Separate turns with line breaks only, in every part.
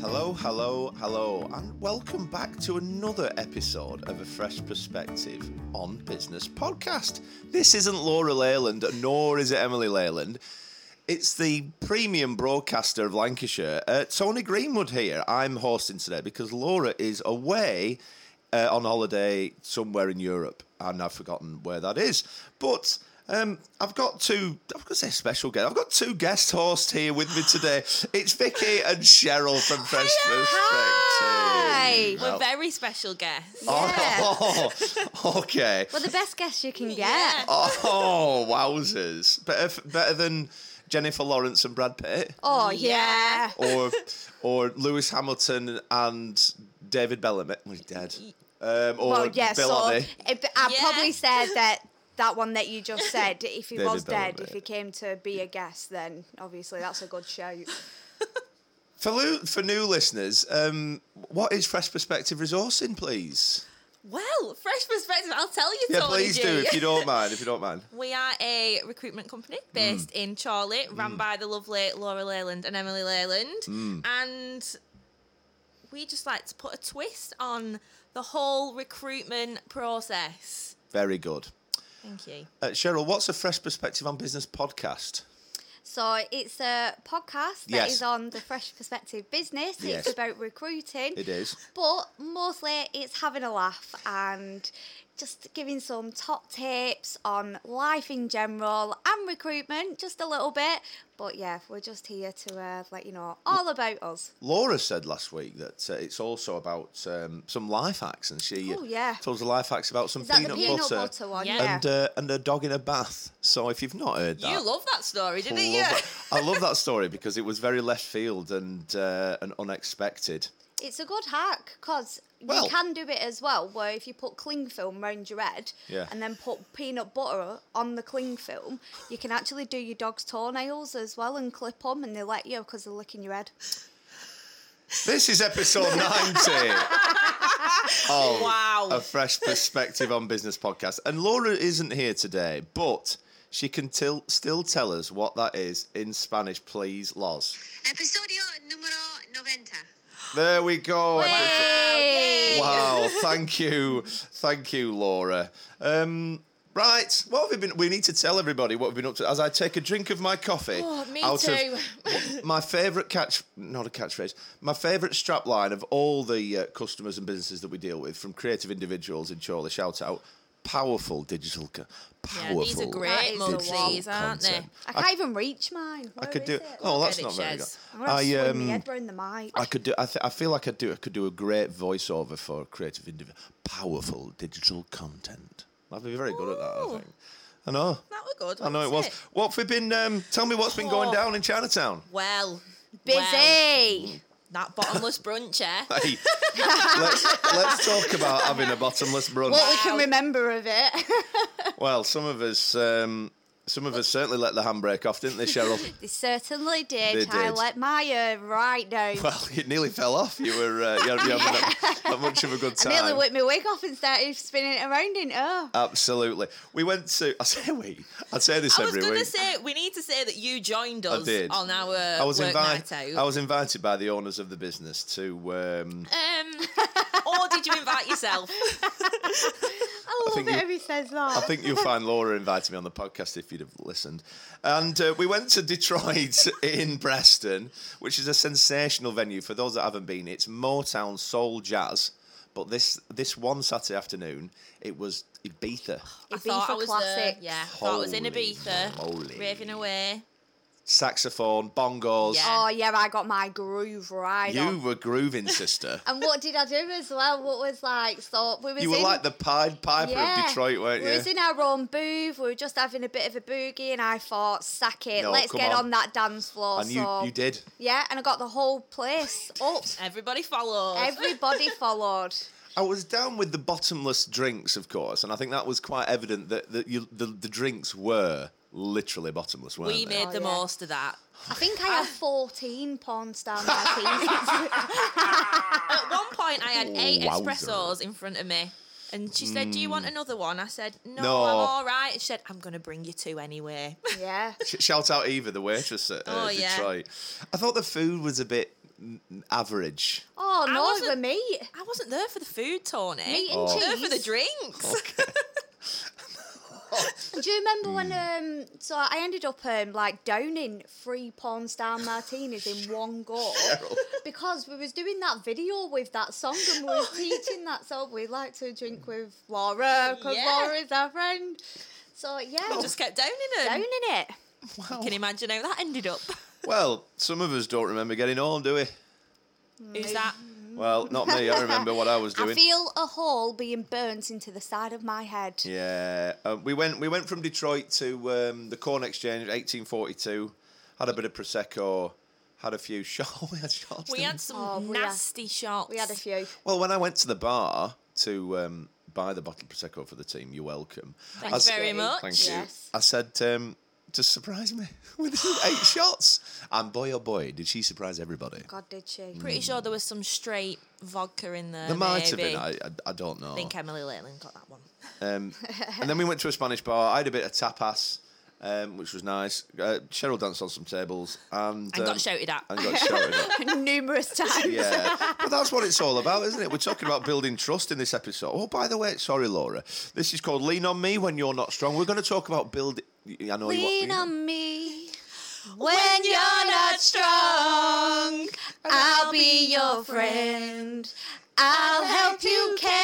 Hello, hello, hello, and welcome back to another episode of A Fresh Perspective on Business podcast. This isn't Laura Leyland, nor is it Emily Leyland. It's the premium broadcaster of Lancashire, uh, Tony Greenwood here. I'm hosting today because Laura is away uh, on holiday somewhere in Europe, and I've forgotten where that is. But um, I've got two. I've got to say special guest. I've got two guest hosts here with me today. It's Vicky and Cheryl from Fresh
Hi.
Perspective.
We're very special guests.
Oh, okay.
Well, the best guess you can get.
Oh, wowzers! Better, better than Jennifer Lawrence and Brad Pitt,
Oh,
Yeah.
yeah.
or or Lewis Hamilton and David Bellamy. Well, he's dead. Um, or
Well, yeah,
Bill
so
Oddie.
it, I
Yeah.
probably said that that one that you just said, if he
David
was dead,
Bellamy.
if he came to be a guest, then obviously that's a good shout.
For, lo- for new listeners, um, what is Fresh Perspective Resourcing, please?
Well, fresh perspective. I'll tell you.
Yeah,
Tony
please
G.
do if you don't mind. If you don't mind.
We are a recruitment company based
Mm.
in Chorley, run by the lovely Laura Leyland and Emily Leyland,
Mm.
and we just like to put a twist on the whole recruitment process.
Very good.
Thank you.
Uh, Cheryl, what's a Fresh Perspective on Business podcast?
So it's a podcast that is
Yes.
on the Fresh Perspective business.
Yes.
It's about recruiting.
It is.
But mostly it's having a laugh and just giving some top tips on life in general and recruitment, just a little bit. But yeah, we're just here to uh, let you know all about us.
Laura said last week that uh, it's also about um, some life hacks, and she uh,
Oh, yeah.
told us life hacks about some
Is that
peanut,
the peanut butter,
butter,
one?
Yeah.
and uh, and a dog in a bath. So if you've not heard that,
You love that story, didn't
love
you?
that- I love that story because it was very left field and uh, and unexpected.
It's a good hack because
Well-
you can do it as well. Where if you put cling film round your head
Yeah.
and then put peanut butter on the cling film, you can actually do your dog's toenails as well and clip them, and they let you because they're licking your head.
This is episode 90 of
Wow.
A Fresh Perspective on Business podcast. And Laura isn't here today, but she can til- still tell us what that is in Spanish, please, Loz.
Episodio número 90.
There we go.
Hey!
Wow, thank you. Thank you, Laura. Um, right, what have we been... We need to tell everybody what we've been up to. As I take a drink of my coffee...
Oh, me
out of-
too.
my favourite catch, not a catchphrase, my favourite strap line of all the uh, customers and businesses that we deal with from creative individuals in Chorley, shout out, powerful digital, co-
Yeah,
powerful.
these are
That
great
is the
mugs,
one.
these, aren't they?
content.
I can't even reach mine.
I
Where
could
is
do.
it?
Oh, that's
it,
not very good.
Jez.
I'm gonna
I
swing my
um,
head round the mic.
I could do. I, th- I feel like I do. I could do a great voiceover for creative individual, powerful digital content. I'd be very good at that. I
Ooh.
think. I know.
That were good.
I know it
wasn't
was. What have we been? Um, tell me what's been going
Oh.
down in Chinatown.
Well,
Busy.
well, that bottomless brunch, eh?
Hey, let's, let's talk about having a bottomless brunch.
What we can
Wow.
remember of it.
Well, some of us, um, some of us certainly let the handbrake off, didn't they, Cheryl?
they certainly did.
They
I
did.
let my ear right down.
well, it nearly fell off. You were, uh, you had- you having that, that much of a good
I
time.
nearly whipped my wig off and started spinning it around in oh.
Absolutely. We went to. I say we. I say this
I was
every
going to
week.
say we need to say that you joined us
did.
on our
I was
work
invited. I
night out.
was invited by the owners of the business to. Um,
um, or did you invite yourself?
I
Oh,
love
think
it
you-
if he says that.
I think you'll find Laura invited me on the podcast if you'd have listened. And uh, we went to Detroit in Preston, which is a sensational venue. For those that haven't been, it's Motown soul jazz. But this this one Saturday afternoon, it was Ibiza.
I
Ibiza
thought I was there.
classics.
Yeah, thought I was in
Holy
Ibiza,
moly.
raving away.
Saxophone, bongos.
Yeah.
Oh yeah, I got my groove right
You
on.
were grooving, sister.
And what did I do as well? What was like so we was
you were
in,
like the Pied Piper
yeah,
of Detroit, weren't
We
you?
was in our own booth. We were just having a bit of a boogie, and I thought, "Sack it,
No,
let's
come
get
on.
on. that dance floor."
and you,
so
you did.
yeah, and I got the whole place up.
Everybody followed.
Everybody followed.
I was down with the bottomless drinks, of course, and I think that was quite evident that, that you, the, the drinks were literally bottomless, weren't
we
they?
made
Oh,
the
yeah.
most of that.
I think I had 14 porn star martinis.
At one point, I
Oh,
had eight
Wowzer.
espressos in front of me. And she said, Do you want another one? I said, No,
Hmm. No.
I'm all right. She said, I'm going to bring you two anyway.
yeah.
Sh- Shout out Eva, the waitress at uh,
Oh, yeah.
Detroit. I thought the food was a bit n- average.
Oh,
I
no, it
wasn't-
were meat.
I wasn't there for the food, Tony.
Meat and
I
Oh.
was there
cheese.
for the drinks.
Do you remember when um
Mm.
so I ended up um like downing three porn star martinis in one go because we was doing that video with that song and we were teaching that so we like to
Mm.
drink with Laura because
Yeah.
Laura is our friend. So yeah,
I
just
just kept downing them.
downing it.
Wow.
Can you imagine how that ended up?
Well, some of us don't remember getting home, do we?
Who's that?
Well, not me. I remember what I was doing.
I feel a hole being burnt into the side of my head.
Yeah, uh, we went we went from Detroit to um, the Corn Exchange, 1842. Had a bit of prosecco, had a few shots. we had shots.
We
didn't
had some
Oh, we had-
nasty shots.
We had a few.
Well, when I went to the bar to um, buy the bottle of prosecco for the team, you're welcome.
Thank
I
you
s-
very
Thank
much.
Thank
Yes.
you. I said, um, just surprise me with eight shots. And boy, oh boy, did she surprise everybody.
God, did she?
Mm.
Pretty sure there was some straight vodka in there.
There might have
maybe.
been. I, I, I don't know.
I think Emily Leyland got that one.
Um, and then we went to a Spanish bar. I had a bit of tapas, um, which was nice. Uh, Cheryl danced on some tables and,
And
um,
got shouted at.
and got shouted at.
Numerous times.
Yeah, but that's what it's all about, isn't it? We're talking about building trust in this episode. Oh, by the way, sorry, Laura. This is called "Lean on Me When You're Not Strong." We're going to talk about building. I know you
Lean
want.
on me when you're not strong. I'll be your friend. I'll help you carry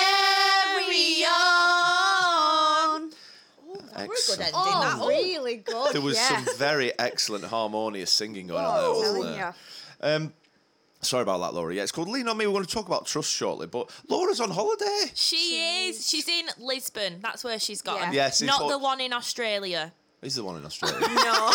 on.
Excellent.
ending. that
Oh,
up.
really good.
There was
yeah. Oh,
some very excellent harmonious singing going on there.
I'm
wasn't
telling
there? Um,
you.
Sorry about that, Laura. Yeah, it's called "Lean on Me." We're going to talk about trust shortly, but Laura's on holiday.
She is. She's in Lisbon. That's where she's got
Yeah.
them.
Yes, it's
Not
all-
the one in Australia.
Is the one in Australia?
No.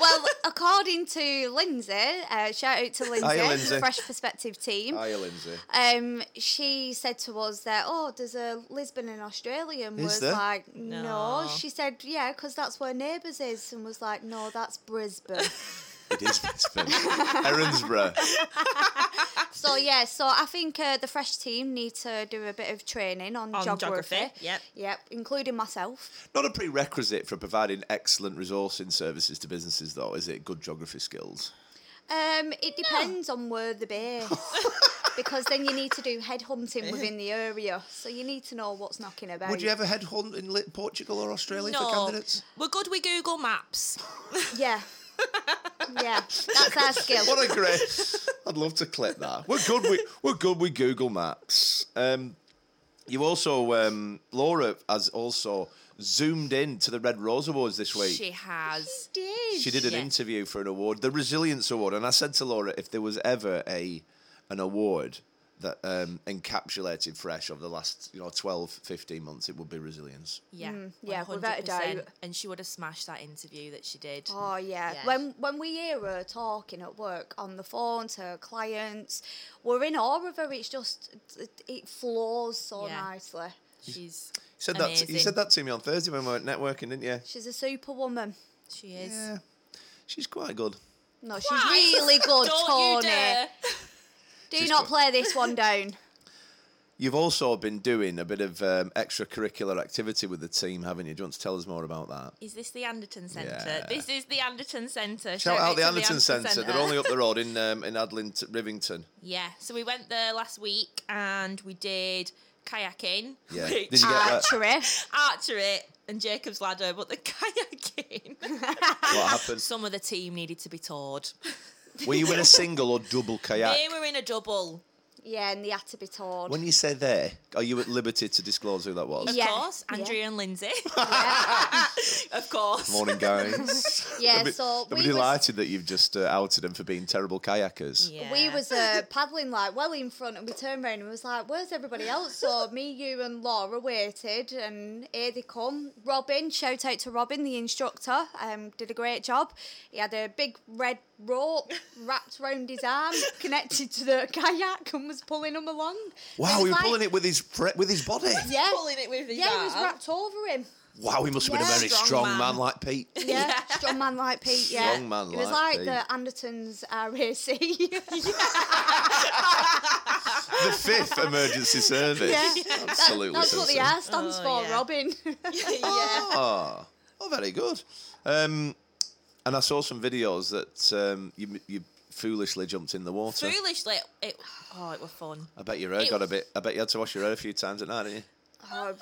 Well, according to Lindsay, uh, shout out to Lindsay,
Lindsay.
Fresh Perspective team.
Hiya, Lindsay.
um, she said to us that, oh, there's a Lisbon in Australia. And
Is
was
there?
like, no.
No.
She said, yeah, because that's where Neighbours is. And was like, no, that's Brisbane.
It is Lisbon, Erinsborough.
so, yeah, so I think uh, the Fresh team need to do a bit of training on,
On
geography.
geography, yep.
Yep, including myself.
Not a prerequisite for providing excellent resourcing services to businesses, though, is it? Good geography skills.
Um, it depends on where the base. because then you need to do headhunting within the area. So you need to know what's knocking about.
Would you ever headhunt in Lit- Portugal or Australia for
no.
candidates?
We're good with Google Maps.
Yeah. yeah, that's our skill.
What a great! I'd love to clip that. We're good. with we're good with Google Maps. Um, you also, um, Laura has also zoomed in to the Red Rose Awards this week.
She has.
did.
She did an
Yeah.
interview for an award, the Resilience Award, and I said to Laura, if there was ever a an award that um, encapsulated fresh over the last you know 12 15 months it would be resilience
Yeah.
yeah,
100%.
without a doubt.
And she would have smashed that interview that she did.
Oh yeah.
Yeah.
When when we hear her talking at work on the phone to her clients, we're in awe of her. It's just it, it flows so
Yeah.
nicely.
She's
said that
amazing.
you said that to me on thursday when we were networking didn't you
She's a superwoman.
She is.
yeah she's quite good
No, she's
Why?
really good,
Don't you
Tony.
dare.
Do
She's
not
good.
play this one down.
You've also been doing a bit of um, extracurricular activity with the team, haven't you? Do you want to tell us more about that?
Is this the Anderton Centre?
Yeah.
This is the Anderton Centre.
Shout out
to
the Anderton Centre. They're
Centre.
only up the road in um, in Adlin Rivington.
Yeah, so we went there last week and we did kayaking,
Yeah.
which-
Did you get that?
Archery.
archery, and Jacob's Ladder, but the kayaking.
What happened?
Some of the team needed to be towed.
Were you in a single or double kayak?
They were in a double,
Yeah, and they had to be torn.
When you say there, are you at liberty to disclose who that was?
of
Yeah,
course.
yeah.
Andrea and Lindsay,
Yeah,
of course.
Morning, guys.
Yeah,
I'm a bit-
so
I'm
we
delighted that you've just uh, outed them for being terrible kayakers.
Yeah.
We was uh, paddling like well in front, and we turned around and was like, "Where's everybody else?" So me, you, and Laura waited, and here they come. Robin, shout out to Robin, the instructor, um, did a great job. He had a big red rope wrapped round his arm, connected to the kayak, and was pulling him along.
Wow, he was pulling it with his fre- with his body.
Yeah,
pulling it with his
yeah, he was
arm.
wrapped over him.
Wow, he must have been
Yeah.
a very
Strong
strong,
man.
man. like Pete.
Yeah, strong man like Pete. Yeah,
Strong man
It was
like
like the Andertons uh, RAC.
The fifth emergency service.
Yeah.
Absolutely.
That's what the
sensational.
R stands
Oh,
for,
yeah.
Robin.
yeah.
Oh, oh, very good. Um, and I saw some videos that um, you, you foolishly jumped in the water.
Foolishly, it, oh, it was fun.
I bet your hair
It
got a
was-
bit. I bet you had to wash your hair a few times at night, didn't you?
Oh,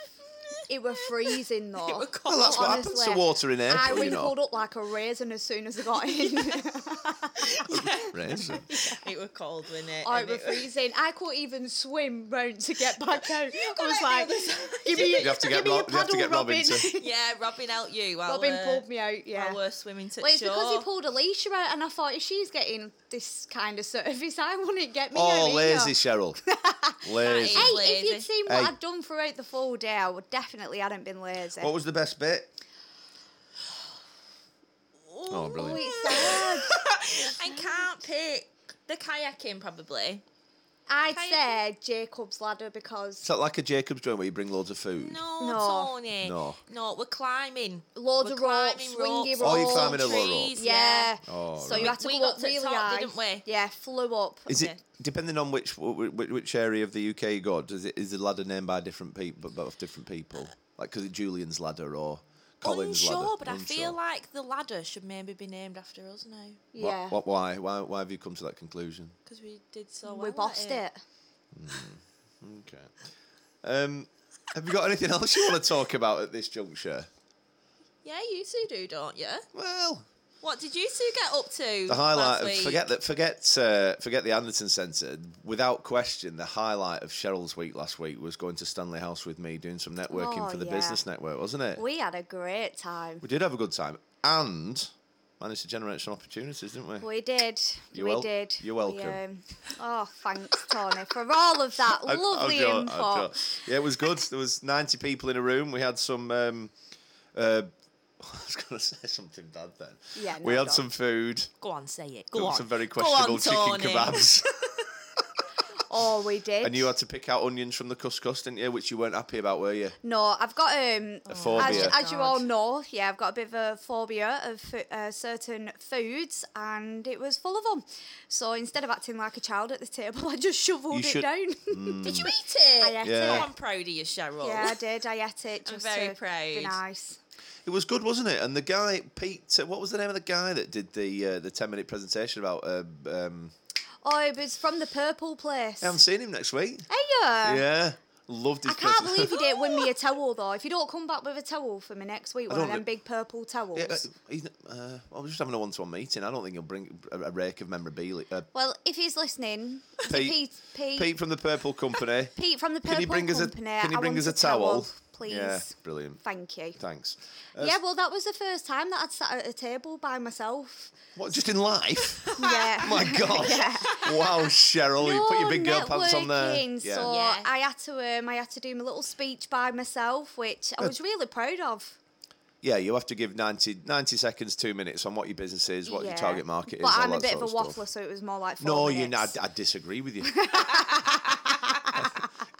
it were freezing though.
It was
Well, that's what happens to
Honestly,
water in
I
April, you
wrinkled
know.
up like a raisin as soon as I got in.
Raisin.
It was cold, wasn't it?
oh, it
And
was
it was-
freezing. I couldn't even swim round to get back out. I
got
was
out the
like,
other side.
give me,
You have to get
give me your
Rob- you have to
paddle,
get Robin
Robin.
to-
Yeah, Robin helped you. While,
Robin
uh,
pulled me out, yeah.
While we're swimming to
Well, it's
shore.
because he pulled Alicia out, and I thought if she's getting this kind of service, I wouldn't get me out
Oh,
either.
lazy Cheryl. lazy.
is-
Hey, if
Lazy.
you'd seen what
Hey.
I'd done throughout the full day, I would definitely hadn't been lazy.
What was the best bit? Oh,
Oh,
brilliant.
it's sad.
I can't pick the kayaking probably.
I'd
Kayaking.
say Jacob's ladder because
Is that like a Jacob's joint where you bring loads of food?
No,
No.
Tony.
No.
No, we're climbing.
Loads
We're
of ropes,
climbing
swingy
ropes,
Oh, you're
up
climbing a low rope.
trees,
yeah.
Oh,
so
right.
you had to
We
go
got
up
to the
really
top,
high.
didn't we?
Yeah, flew up.
Is
Okay.
it depending on which which, which area of the UK you go? Does it is the ladder named by different people, but of different people? Like because it's Julian's ladder or Colin's
Unsure,
ladder.
but I
Unsure.
feel like the ladder should maybe be named after us now
What-
Yeah.
what- why? Why? Why have you come to that conclusion?
because we did so well.
we
at
bossed it.
Okay. Um, have you got anything else you want to talk about at this juncture?
Yeah, you two do, don't you?
Well,
What did you two get up to?
the
last
highlight. Of,
week?
forget that. Forget. Uh, forget the Anderton Centre. Without question, the highlight of Cheryl's week last week was going to Stanley House with me doing some networking
Oh,
for the
yeah.
business network, wasn't it?
We had a great time.
We did have a good time and managed to generate some opportunities, didn't we?
We did.
You're
we
wel-
did.
you're
We,
welcome.
um, oh, thanks, Tony, for all of that
I- I'll
lovely
draw- I'll
input.
draw. Yeah, it was good. There was 90 people in a room. We had some. Um, uh, I was going to say something bad then.
Yeah,
we
no,
had
don't.
some food.
Go on, say it.
there
Go
were
on.
Some very
Go on,
questionable chicken
Tony.
kebabs.
Oh, we did.
and you had to pick out onions from the couscous, didn't you? Which you weren't happy about, were you?
No, I've got um. As,
phobia.
as you
Oh,
all know, yeah, I've got a bit of a phobia of fo- uh, certain foods, and it was full of them. So instead of acting like a child at the table, I just shoveled
You
it
should- Mm.
down.
Did you eat it?
I ate
Yeah.
Oh,
it.
I'm proud of you, Cheryl.
Yeah, I did. I ate it.
I'm
Just
very
to Be
proud.
nice.
It was good, wasn't it? And the guy, Pete, uh, what was the name of the guy that did the uh, the 10 minute presentation about. Uh, um,
Oh, it was from the purple place.
I haven't seen him next week.
Hey, yeah.
Yeah. Loved his
I can't
present-
believe you didn't win me a towel though. If you don't come back with a towel for me next week, one of
don't
them
re-
big purple towels.
Yeah, uh, he's, n- uh, I was just having a one-to-one meeting. I don't think he'll bring a, a rake of memorabilia. Uh,
well, if he's listening, is it
Pete.
Pete, Pete,
Pete from the Purple Company.
Pete from the Purple
can you bring us a
Company.
Can you
I
bring us
want
a towel,
please?
Yeah, brilliant.
Thank you.
Thanks. Uh,
yeah, well, that was the first time that I'd sat at a table by myself.
What? Just in life?
Yeah.
My God! Wow, Cheryl, you put your big girl pants on there.
networking,
Yeah.
So
Yeah.
I had to, um, I had to do my little speech by myself, which I was really proud of.
yeah, you have to give 90, 90 seconds, two minutes on what your business is, what your
Yeah.
target market is.
But
all
I'm a
that
bit of
sort
a
stuff.
waffler, so it was more like. Four
No, you. I,
minutes.
I disagree with you.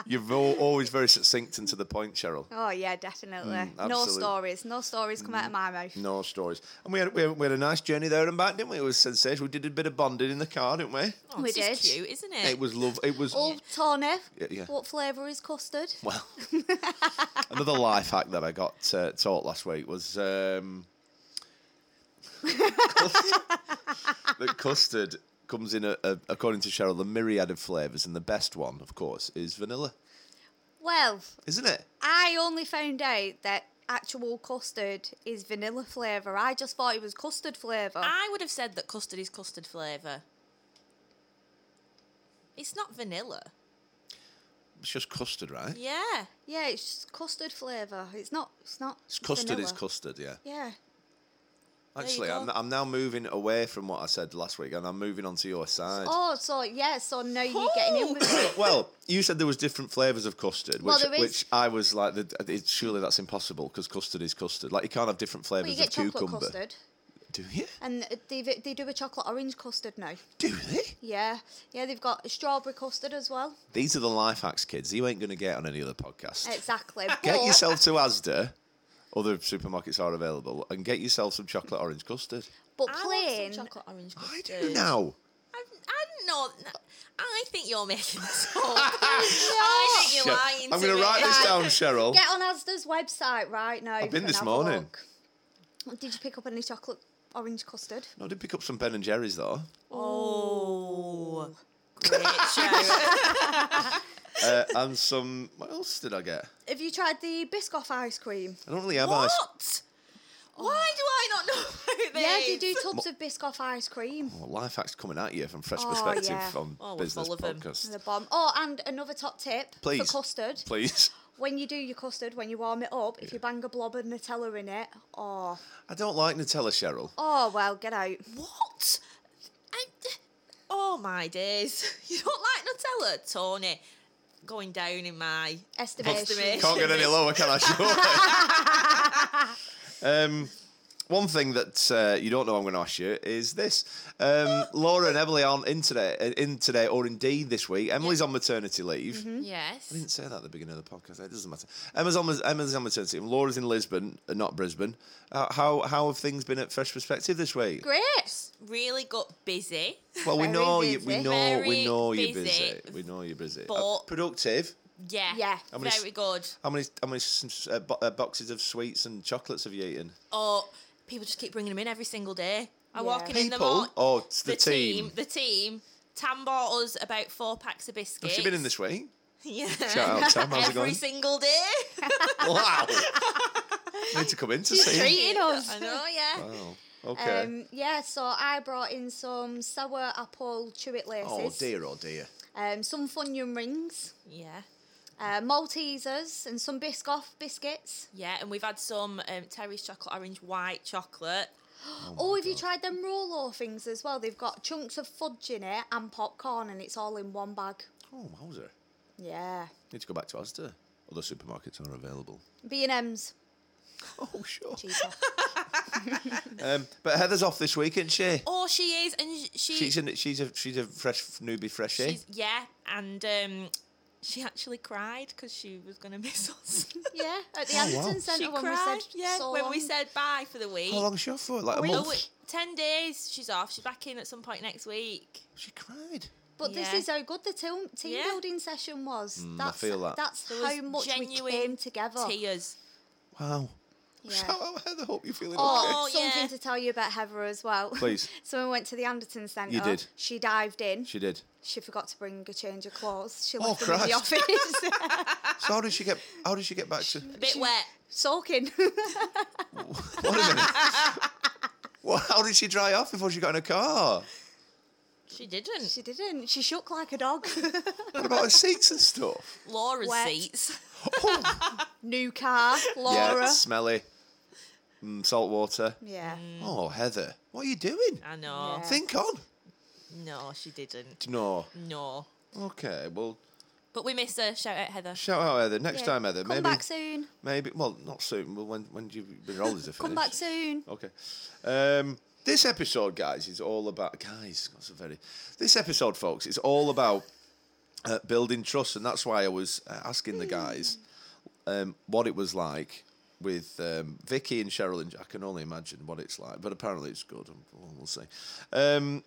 You're al- always very succinct and to the point, Cheryl.
Oh yeah, definitely. no
Mm, absolute- Mm.
stories. No stories come out of my mouth.
No stories. And we had, we had we had a nice journey there and back, didn't we? It was sensational. We did a bit of bonding in the car, didn't we?
Oh,
We
this is
did.
cute, isn't it?
It was love. It was
Oh, Tony,
Yeah, yeah.
what flavour is custard?
well. another life hack that I got uh, taught last week was um, that custard comes in a, a, according to Cheryl the myriad of flavours, and the best one, of course, is vanilla,
Well,
isn't it?
I only found out that actual custard is vanilla flavour. I just thought it was custard flavour.
I would have said that custard is custard flavour. It's not vanilla.
It's just custard, right?
Yeah.
yeah, it's just custard flavour. It's not. It's not.
It's custard
vanilla.
is custard, yeah.
Yeah.
you
Actually, I'm,
go.
I'm now moving away from what I said last week, and I'm moving on to your side.
Oh, so yeah, so now you're getting in with it.
Well, you said there was different flavours of custard,
Well,
which,
there is.
which I was like, the, it's, surely that's impossible because custard is custard. Like you can't have different
Well, you
flavours
get
of
chocolate
cucumber.
custard,
Do you?
and they they do a chocolate orange custard now.
Do they?
Yeah, yeah, they've got strawberry custard as well.
These are the life hacks, kids. You ain't going to get on any other podcast.
Exactly.
Get
but-
yourself to ASDA. Other supermarkets are available, and get yourself some chocolate orange custard.
But
I
plain.
want some chocolate orange
I
custard.
do now.
I, I don't know. I think you're making this up. I think
Shit.
you're lying
I'm
to
going
me.
to write this down, Cheryl.
Get on Asda's website right now.
been
and
this
have a
morning.
look. Did you pick up any chocolate orange custard.
No, I did pick up some Ben and Jerry's though.
Oh, great show.
Uh, and some. What else did I get?
Have you tried the Biscoff ice cream?
I don't really have ice.
what? Why do I not know about this?
Yeah, they do tubs of Biscoff ice cream.
Well, life hacks coming at you from fresh
Oh,
perspective
yeah.
on
Oh, we're
business
full of 'em.
podcast.
The bomb. Oh, and another top tip
Please.
for custard.
Please,
When you do your custard, when you warm it up, if you bang a blob of Nutella in it, oh,
I don't like Nutella, Cheryl.
oh well, get out.
What? I, oh my days. You don't like Nutella, Tony? Going down in my.
Estimation.
Estimation.
Can't get any lower, can I? Sure. um, one thing that uh, you don't know I'm going to ask you is this: um, Laura and Emily aren't in today, uh, in today, or indeed this week. Emily's on maternity leave.
Mm-hmm.
I
Yes.
didn't say that at the beginning of the podcast. It doesn't matter. Emma's on Emma's on maternity. leave. Laura's in Lisbon, uh, not Brisbane. Uh, how how have things been at Fresh Perspective this week?
Great.
Really got busy.
Well, we
Very
know you. We
busy.
know we
Very
know you're busy.
busy.
We know you're busy. Uh,
But-
productive.
Yeah.
Yeah.
How many s-
Very good.
How many how many s- uh, bo- uh, boxes of sweets and chocolates have you eaten?
Oh, people just keep bringing them in every single day. I walk in
Yeah.
in the
People
morning.
or it's the, team?
The team. Tam bought us about four packs of
Have
biscuits.
she been in this week?
Yeah.
Shout out, Tam. How's it
every
going?
single day.
Wow. Need to come in to see. you.
Treating us.
I know, yeah.
Wow. Okay.
Um, yeah, so I brought in some sour apple chew it laces,
oh dear. Oh dear.
um, some Funyun rings,
Yeah.
uh, Maltesers, and some Biscoff biscuits.
Yeah, and we've had some um, Terry's chocolate orange white chocolate.
Oh, have you tried them roll things as well? They've got chunks of fudge in it and popcorn, and it's all in one bag.
Oh, Mauser.
Yeah,
Need to go back to Asda. Other supermarkets are available.
B and M's
Oh, sure.
cheaper.
Um, but Heather's off this week, isn't she?
Oh, she is, and she,
She's a she's a she's a fresh eh? newbie freshie.
she's- yeah, and um, she actually cried because she was gonna miss us.
yeah, at the
Oh, wow.
Anderson
she
Centre when we
cried,
said
yeah,
so
when we
long.
said bye for the week.
How long's she off for? Like a
Oh,
month.
wait, Ten days. She's off. She's back in at some point next week.
She cried.
But this
Yeah.
is how good the team, team
Yeah.
building session was.
Mm, I
that's
feel that.
that's
There was
how much we
genuine
came together.
Tears.
Wow.
Yeah.
Shout out Heather. Hope you're feeling
Oh,
Oh,
something
yeah.
to tell you about Heather as well.
Please.
so when we went to the Anderton Centre.
You did.
She dived in.
okay. She did.
She forgot to bring a change of clothes. She
Oh,
left them in the
Christ.
office.
So how did she get? How did she get back to?
Bit wet.
Soaking.
What a minute. Well, how did she dry off before she got in a car?
She didn't.
she didn't. She shook like a dog.
What about her seats and stuff?
Laura's
Wet.
seats.
Oh,
New car. Laura.
yeah, smelly. Mm, salt water.
Yeah.
Mm.
Oh, Heather, what are you doing?
I know.
Yeah.
Think on.
No, she didn't.
No.
No.
Okay. Well,
But we miss her. Shout out Heather.
shout out Heather. Next
Yeah.
time, Heather.
Come
maybe.
back soon.
Maybe. Well, not soon. But when when do you when your holidays are
Come
finished?
back soon.
Okay. Um, this episode, guys, is all about guys. That's a very. This episode, folks, is all about uh, building trust, and that's why I was uh, asking the guys um, what it was like with um, Vicky and Cheryl. And I can only imagine what it's like, but apparently it's good. and We'll we'll see. Um,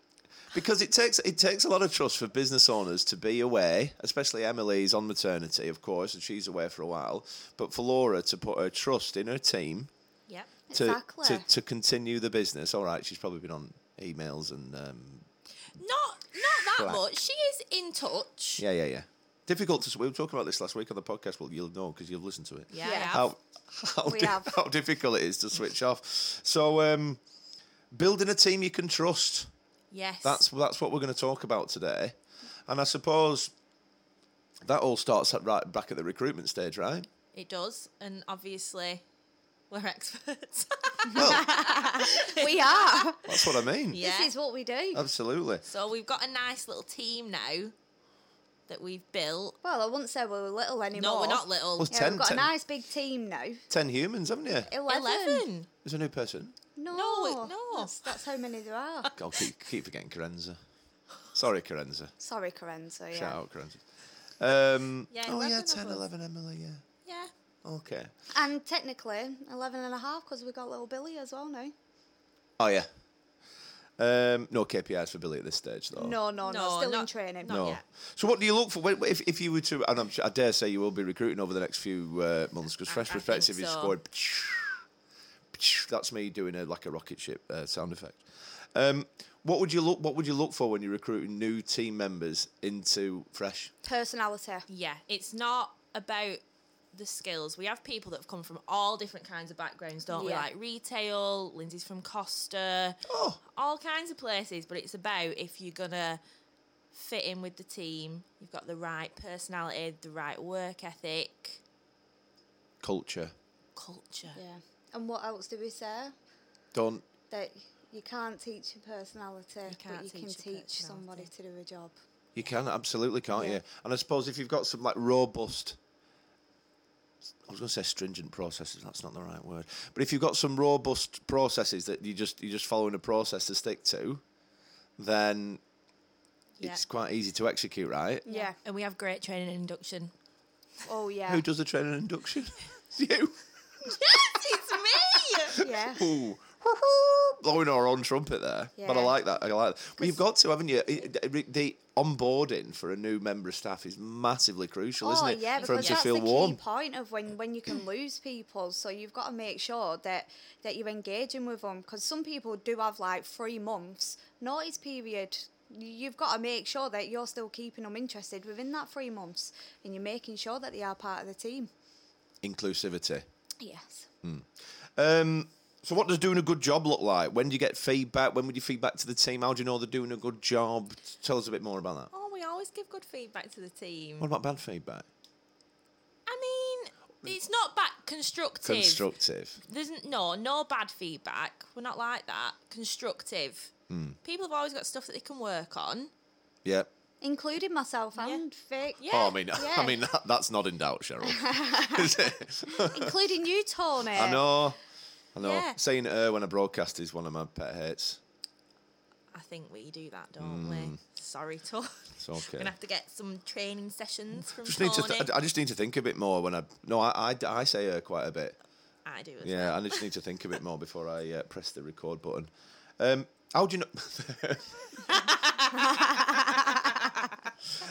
because it takes it takes a lot of trust for business owners to be away, especially Emily's on maternity, of course, and she's away for a while. But for Laura to put her trust in her team
Yep.
to,
Exactly.
to to continue the business. All right, she's probably been on emails and um,
Not not that
Black.
much. She is in touch.
yeah, yeah, yeah. Difficult to. s- We were talking about this last week on the podcast. Well, you'll know because you've listened to it.
Yeah.
Yeah.
I have.
How how,
We
di-
have.
how difficult it is to switch off. So um, building a team you can trust.
Yes.
That's that's what we're going to talk about today, and I suppose that all starts at right back at the recruitment stage, right?
it does. And obviously we're experts.
Well,
we are.
that's what I mean.
Yeah.
This is what we do.
Absolutely.
so we've got a nice little team now that we've built.
well, I wouldn't say we were little anymore.
No, we're not little.
Well,
Yeah,
10,
we've got
10
a nice big team now.
10 humans, haven't you?
Eleven.
Eleven.
There's a new person.
No,
No, it- no.
That's, that's how many there are.
I'll keep, keep forgetting Carenza. Sorry, Carenza.
Sorry, Corenzo. Yeah.
Shout out, Carenza. Um,
Yeah,
oh,
11
yeah,
of
10,
us.
11, Emily, yeah.
Yeah.
Okay.
And technically, 11 and a half because we got little Billy as well now.
Oh, yeah. Um, no KPIs for Billy at this stage, though.
No, no, no.
No,
still in
not-
training.
not
Oh. No.
yet.
So, what do you look for when- if, if you were to? And I'm, sure- I dare say you will be recruiting over the next few uh, months because Fresh
I think
Perspective is
so.
scored. That's me doing a like a rocket ship uh, sound effect. Um, what would you look? What would you look for when you're recruiting new team members into Fresh?
Personality.
Yeah, it's not about the skills. We have people that have come from all different kinds of backgrounds, don't we?
Yeah.
Like retail, Lindsay's from Costa,
Oh,
all kinds of places, but it's about if you're gonna fit in with the team, you've got the right personality, the right work ethic,
culture.
culture.
Yeah. And what else do we say?
Don't
That you can't teach your personality,
can't
but you can
teach your
teach somebody to do a job.
You can absolutely, can't
Yeah.
you? And I suppose if you've got some like robust, I was going to say stringent processes. That's not the right word. But if you've got some robust processes that you just you're just following a process to stick to, then
Yeah.
it's quite easy to execute, right?
Yeah.
And we have great training and induction.
Oh yeah.
Who does the training and induction? you.
it's me.
yeah.
Ooh. Blowing our own trumpet there, but I
Yeah.
like that. I like that. But you've got to, haven't you? It- it- The onboarding for a new member of staff is massively crucial, isn't
oh
it?
yeah,
for them
because
to
that's
feel
the
warm.
key point of when when you can lose people. So you've got to make sure that that you're engaging with them because some people do have like three months notice period. You- You've got to make sure that you're still keeping them interested within that three months, and you're making sure that they are part of the team.
Inclusivity.
Yes.
Um, so what does doing a good job look like? When do you get feedback? When would you feedback to the team? How do you know they're doing a good job? Tell us a bit more about that.
Oh, we always give good feedback to the team.
What about bad feedback?
I mean, it's not bad constructive.
Constructive.
There's n- no no bad feedback. We're not like that. Constructive.
Hmm.
People have always got stuff that they can work on.
Yeah.
Including myself and Vic.
Yeah.
Oh, I mean,
Yeah.
I mean that, that's not in doubt, Cheryl. Is it?
Including you, Tony.
I know. I know.
Yeah.
Saying "er" when I broadcast is one of my pet hates.
I think we do that, don't we? Sorry, Tom.
It's Hmm. okay.
We're gonna have to get some training sessions from
just
Tony.
need to. Th- I just need to think a bit more when I. No, I, I, I say "er" quite a bit.
I do. As
Yeah, I just need to think a bit more before I uh, press the record button. Um, how do you know?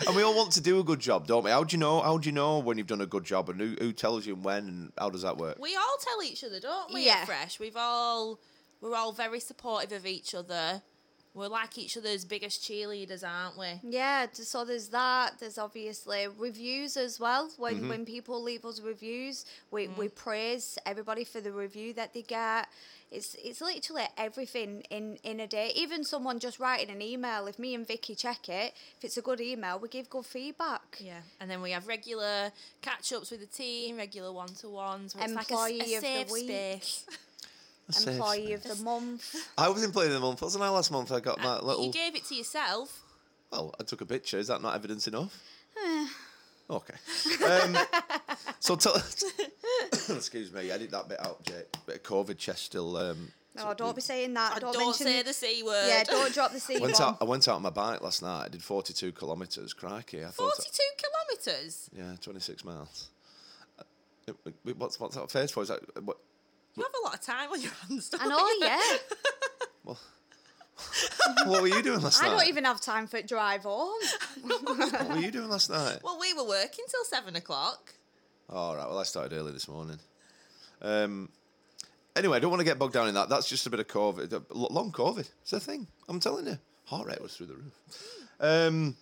and we all want to do a good job, don't we? How do you know? How do you know when you've done a good job, and who, who tells you and when, and how does that work?
We all tell each other, don't we?
Yeah.
at Fresh. We've all we're all very supportive of each other. We're like each other's biggest cheerleaders, aren't we?
Yeah, t- so there's that. There's obviously reviews as well. When when people leave us reviews, we,
Mm.
we praise everybody for the review that they get. It's it's literally everything in, in a day. Even someone just writing an email. If me and Vicky check it, if it's a good email, we give good feedback.
Yeah, and then we have regular catch ups with the team, regular one to ones.
Employee
like a,
of
s- a
the
safe
week.
space.
Employee of the month.
I was employee of the month, wasn't I? Last month I got my little.
You gave it to yourself.
Well, I took a picture. Is that not evidence enough? okay. Um, so tell. excuse me, edit that bit out, Jake. Bit of COVID chest still. Um,
No, don't be saying that.
I
Don't,
don't,
mention
say the c word.
Yeah, don't drop the C
Went out,
bomb.
I went out on my bike last night. I did 42 kilometres. Crikey. I thought.
Forty-two kilometers.
Yeah, 26 miles. Uh, it- it- What's, what's that face for? Is that, what,
You have a lot of time on your hands. Don't
I know,
you?
yeah.
well, what were you doing last
I
night?
don't even have time for a drive home.
What were you doing last night?
Well, we were working till seven o'clock.
All right. Well, I started early this morning. Um. Anyway, I don't want to get bogged down in that. That's just a bit of COVID. L- Long COVID. It's a thing. I'm telling you. Heart rate was through the roof. Um.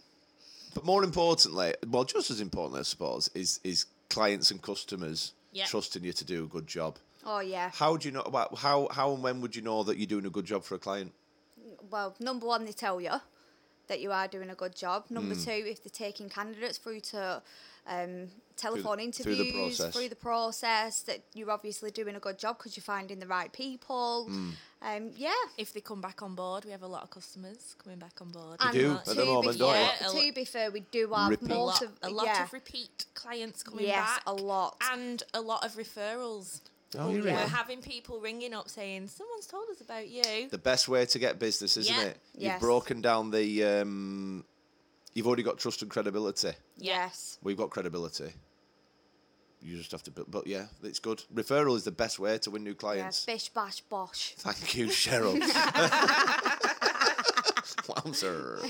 But more importantly, well, just as importantly, I suppose, is is clients and customers
Yeah.
trusting you to do a good job.
Oh yeah.
How do you know? well, How how and when would you know that you're doing a good job for a client?
well, number one, they tell you that you are doing a good job. Number two, if they're taking candidates through to um, telephone
Hmm. through
interviews,
the process.
through the process, that you're obviously doing a good job because you're finding the right people.
Hmm.
Um, yeah.
If they come back on board, we have a lot of customers coming back on board.
And
do
to
at the moment,
be
don't
fair,
you?
to be fair, we do have
Repeat.
a
more
lot,
to-
a lot
yeah.
of repeat clients coming
Yes,
back.
a lot.
And a lot of referrals.
Oh, you
We're
really?
having people ringing up saying, someone's told us about you.
The best way to get business, isn't
Yeah.
it? You've
Yes.
broken down the. Um, you've already got trust and credibility.
yes.
We've got credibility. You just have to, bu- but yeah, it's good. Referral is the best way to win new
Yeah,
clients.
bish bash bosh.
Thank you, Cheryl. Wowzer.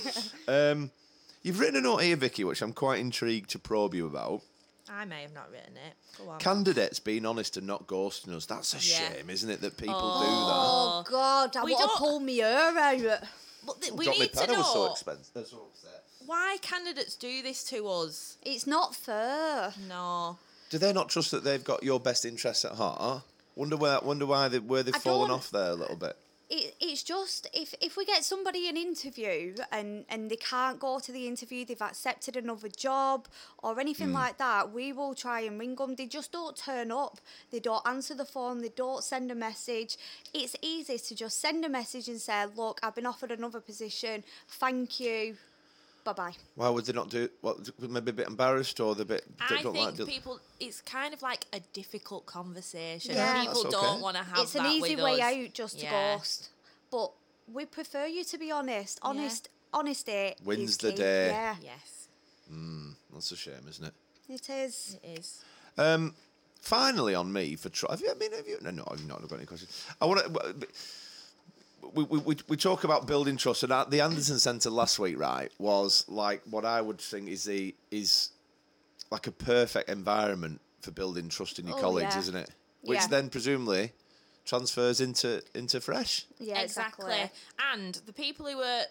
Um, you've written a note here, Vicky, which I'm quite intrigued to probe you about.
I may have not written it. Go on.
Candidates being honest and not ghosting us. That's a
Yeah.
shame, isn't it, that people do
Oh, God, I
We
want
don't-
to pull me hair out.
But th-
that?
we
Drop me
need to
pen, I was so
know
expensive. That's so upset.
why candidates do this to us.
It's not fair.
No.
Do they not trust that they've got your best interests at heart? Wonder where wonder why they where they've
I
fallen
don't-
off there a little bit.
It, it's just if, if we get somebody an interview and, and they can't go to the interview, they've accepted another job or anything like that, we will try and ring them. They just don't turn up. They don't answer the phone. They don't send a message. It's easy to just send a message and say, "Look, I've been offered another position. Thank you. Bye bye."
Why would they not do what maybe a bit embarrassed or they're a bit they
I
don't
think
like do-
people, it's kind of like a difficult conversation.
Yeah.
People
That's
don't
okay.
want to have
It's an
that
easy
with
way
us.
out just to
Yeah.
ghost. But we prefer you to be honest. Honest honesty
Wins
is
the
key.
day.
Yeah.
Yes,
That's a shame, isn't it?
It is.
it is.
Um, finally, on me for try. Have you? I mean, have you? No, no, I've not got any questions. I want to. We, we, we- we talk about building trust, and at the Anderson Centre last week, right, was like what I would think is the is like a perfect environment for building trust in your
Oh,
colleagues,
yeah.
isn't it? Which
Yeah.
then presumably transfers into into fresh.
Yeah,
exactly.
exactly.
And the people who were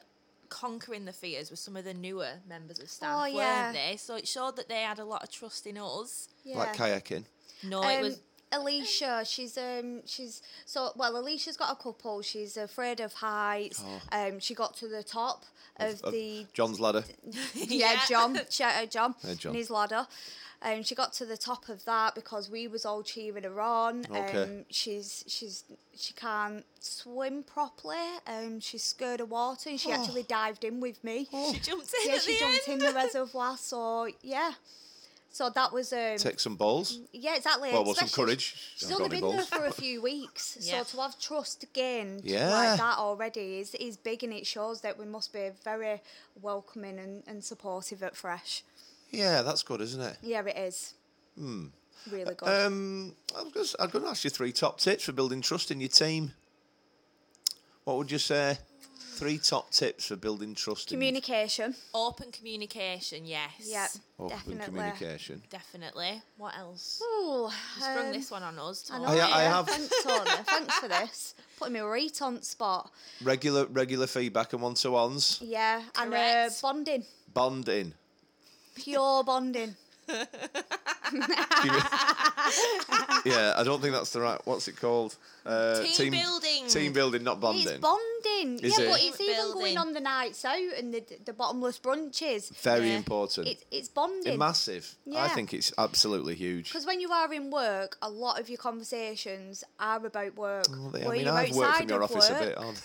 conquering the fears were some of the newer members of staff,
Oh, yeah.
weren't they? So it showed that they had a lot of trust in us.
Yeah.
Like kayaking.
No,
Um,
it was
Alicia, she's um she's so well Alicia's got a couple. She's afraid of heights.
Oh.
Um she got to the top of,
of
the
John's ladder.
yeah, John, shout out John,
Hey, John.
and his ladder. Um, she got to the top of that because we was all cheering her on.
Okay.
Um, she's she's she can't swim properly. Um, she's scared of water and
Oh.
she actually dived in with me.
She jumped in.
oh, Yeah,
at
she
the
jumped
end.
in the reservoir. So yeah, so that was um,
Take some balls.
yeah exactly.
Well, well, some
especially-
courage.
She's
I've got
only
any
been there
balls.
for a few weeks,
Yeah.
so to have trust gained
Yeah.
like that already is, is big, and it shows that we must be very welcoming and, and supportive at Fresh.
Yeah, that's good, isn't it?
Yeah, it is. Really good.
Hmm. Um, I was gonna- I was going to ask you three top tips for building trust in your team. What would you say? Three top tips for building trust.
Communication.
Open communication. Yes.
Yeah,
In your- open
definitely.
communication.
Definitely. What else?
Ooh,
Sprung
um,
this one on us.
I,
Tom.
know,
I- I
yeah,
have-
Thanks, Tony. Thanks for this. Putting me right on spot.
Regular, regular feedback and one-to-ones.
Yeah, and uh,
Correct.
bonding.
Bonding.
Pure bonding.
yeah, I don't think that's the right. What's it called? Uh,
Team building.
Team building, not bonding.
It's bonding.
Is
yeah,
it?
but it's even
Building.
going on the nights out and the, the bottomless brunches.
Very
Yeah.
important.
It's, it's bonding.
massive. I
Yeah.
think it's absolutely huge.
Because when you are in work, a lot of your conversations are about work.
Well, I
When
mean,
you're
I've worked from
outside
your
of
office
work-
a bit, aren't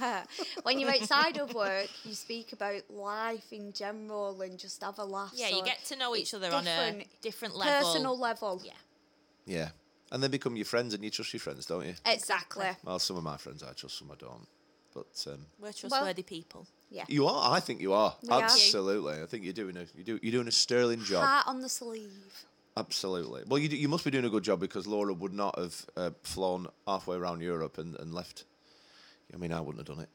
I?
when you're outside of work, you speak about life in general and just have a laugh.
Yeah, you
so
get to know each
it's
other on a
different,
different level.
personal level.
Yeah.
yeah, and they become your friends, and you trust your friends, don't you?
Exactly.
Well, some of my friends I trust, some I don't. But um,
We're trustworthy people.
Yeah.
You are. I think you are.
are.
Absolutely. I think you're doing a you do you're doing a sterling job.
Heart on the sleeve.
Absolutely. Well, you do, you must be doing a good job because Laura would not have uh, flown halfway around Europe and, and left. I mean, I wouldn't have done it.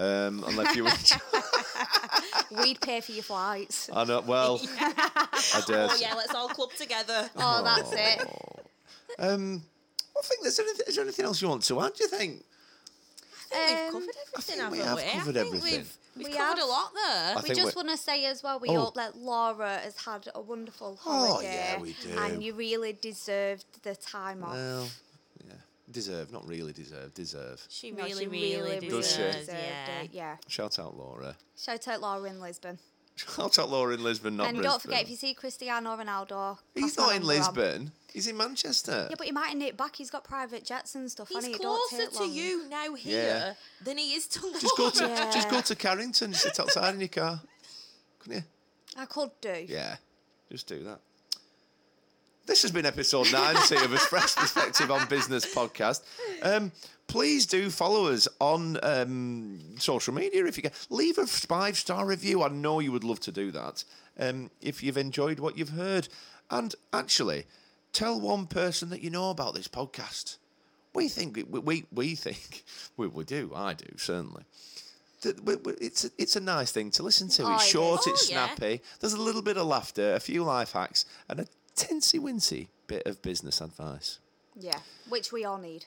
Um, and left you. with-
We'd pay for your flights.
I know. Well, I dare.
Oh
say.
yeah, let's all club together.
Oh, that's it.
Um, I think there's anything, is there anything else you want to add? Do you think?
I think
Um,
we've covered
think
everything,
we
haven't
have covered
we? I think
everything.
We've, we've
We
covered a
have.
lot there.
I
We
think
just
we-
want to say as well, we
Oh.
hope that Laura has had a wonderful
Oh,
holiday.
yeah, we do.
And you really deserved the time off.
Well, yeah. Deserve, not really deserve. Deserve.
She
No,
really,
she
really,
Does she?
deserves,
deserved
yeah.
it. Yeah.
Shout out Laura.
Shout out Laura in Lisbon.
Shout out Laura in Lisbon, not
and
Brisbane.
don't forget, if you see Cristiano Ronaldo,
He's
pass my
not in
number on.
Lisbon. He's in Manchester.
Yeah, but he might knit back. He's got private jets and stuff.
He's
and it don't
closer
take
to
long.
you now here
Yeah.
than he is to Laura.
Just go to just go
Yeah.
to Carrington. Sit outside in your car, couldn't
I could do.
you? Yeah, just do that. This has been episode 90 of a Fresh Perspective on Business podcast. Um, please do follow us on um, social media if you can. Leave a five star review. I know you would love to do that um, if you've enjoyed what you've heard. And actually, tell one person that you know about this podcast. We think, we, we, we think, we, we do, I do, certainly. that w- w- it's a, it's a nice thing to listen to.
Oh, it
It's
is.
short, it's
Oh, yeah.
snappy. There's a little bit of laughter, a few life hacks, and a tinsy wincy bit of business advice,
Yeah, which we all need.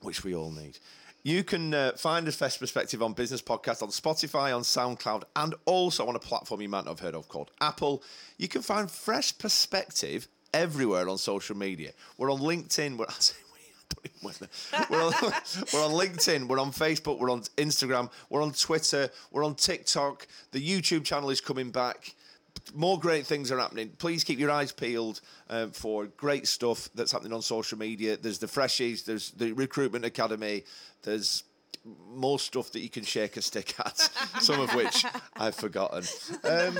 which we all need. You can uh, find a Fresh Perspective on Business podcast on Spotify, on SoundCloud, and also on a platform you might not have heard of called Apple. You can find Fresh Perspective everywhere on social media. We're on LinkedIn. We're, I say we, I don't even know. we're, on, we're on LinkedIn. We're on Facebook. We're on Instagram. We're on Twitter. We're on TikTok. The YouTube channel is coming back more great things are happening. Please keep your eyes peeled um, for great stuff that's happening on social media. There's the Freshies, there's the Recruitment Academy, there's more stuff that you can shake a stick at, some of which I've forgotten. Um,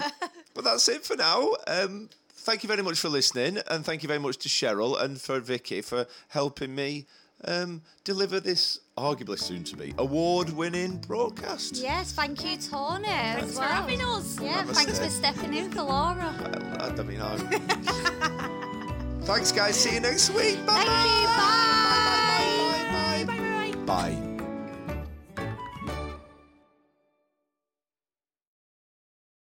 but that's it for now. Um, thank you very much for listening, and thank you very much to Cheryl and for Vicky for helping me um, deliver this arguably soon to be award winning broadcast.
Yes, thank you, Tony. Thanks
for having us.
Yeah,
Namaste.
thanks for stepping in for Laura.
I don't mean, I'm. Thanks, guys. See you next week. Bye.
Thank you.
Bye.
Bye.
Bye. Bye. Bye. Bye.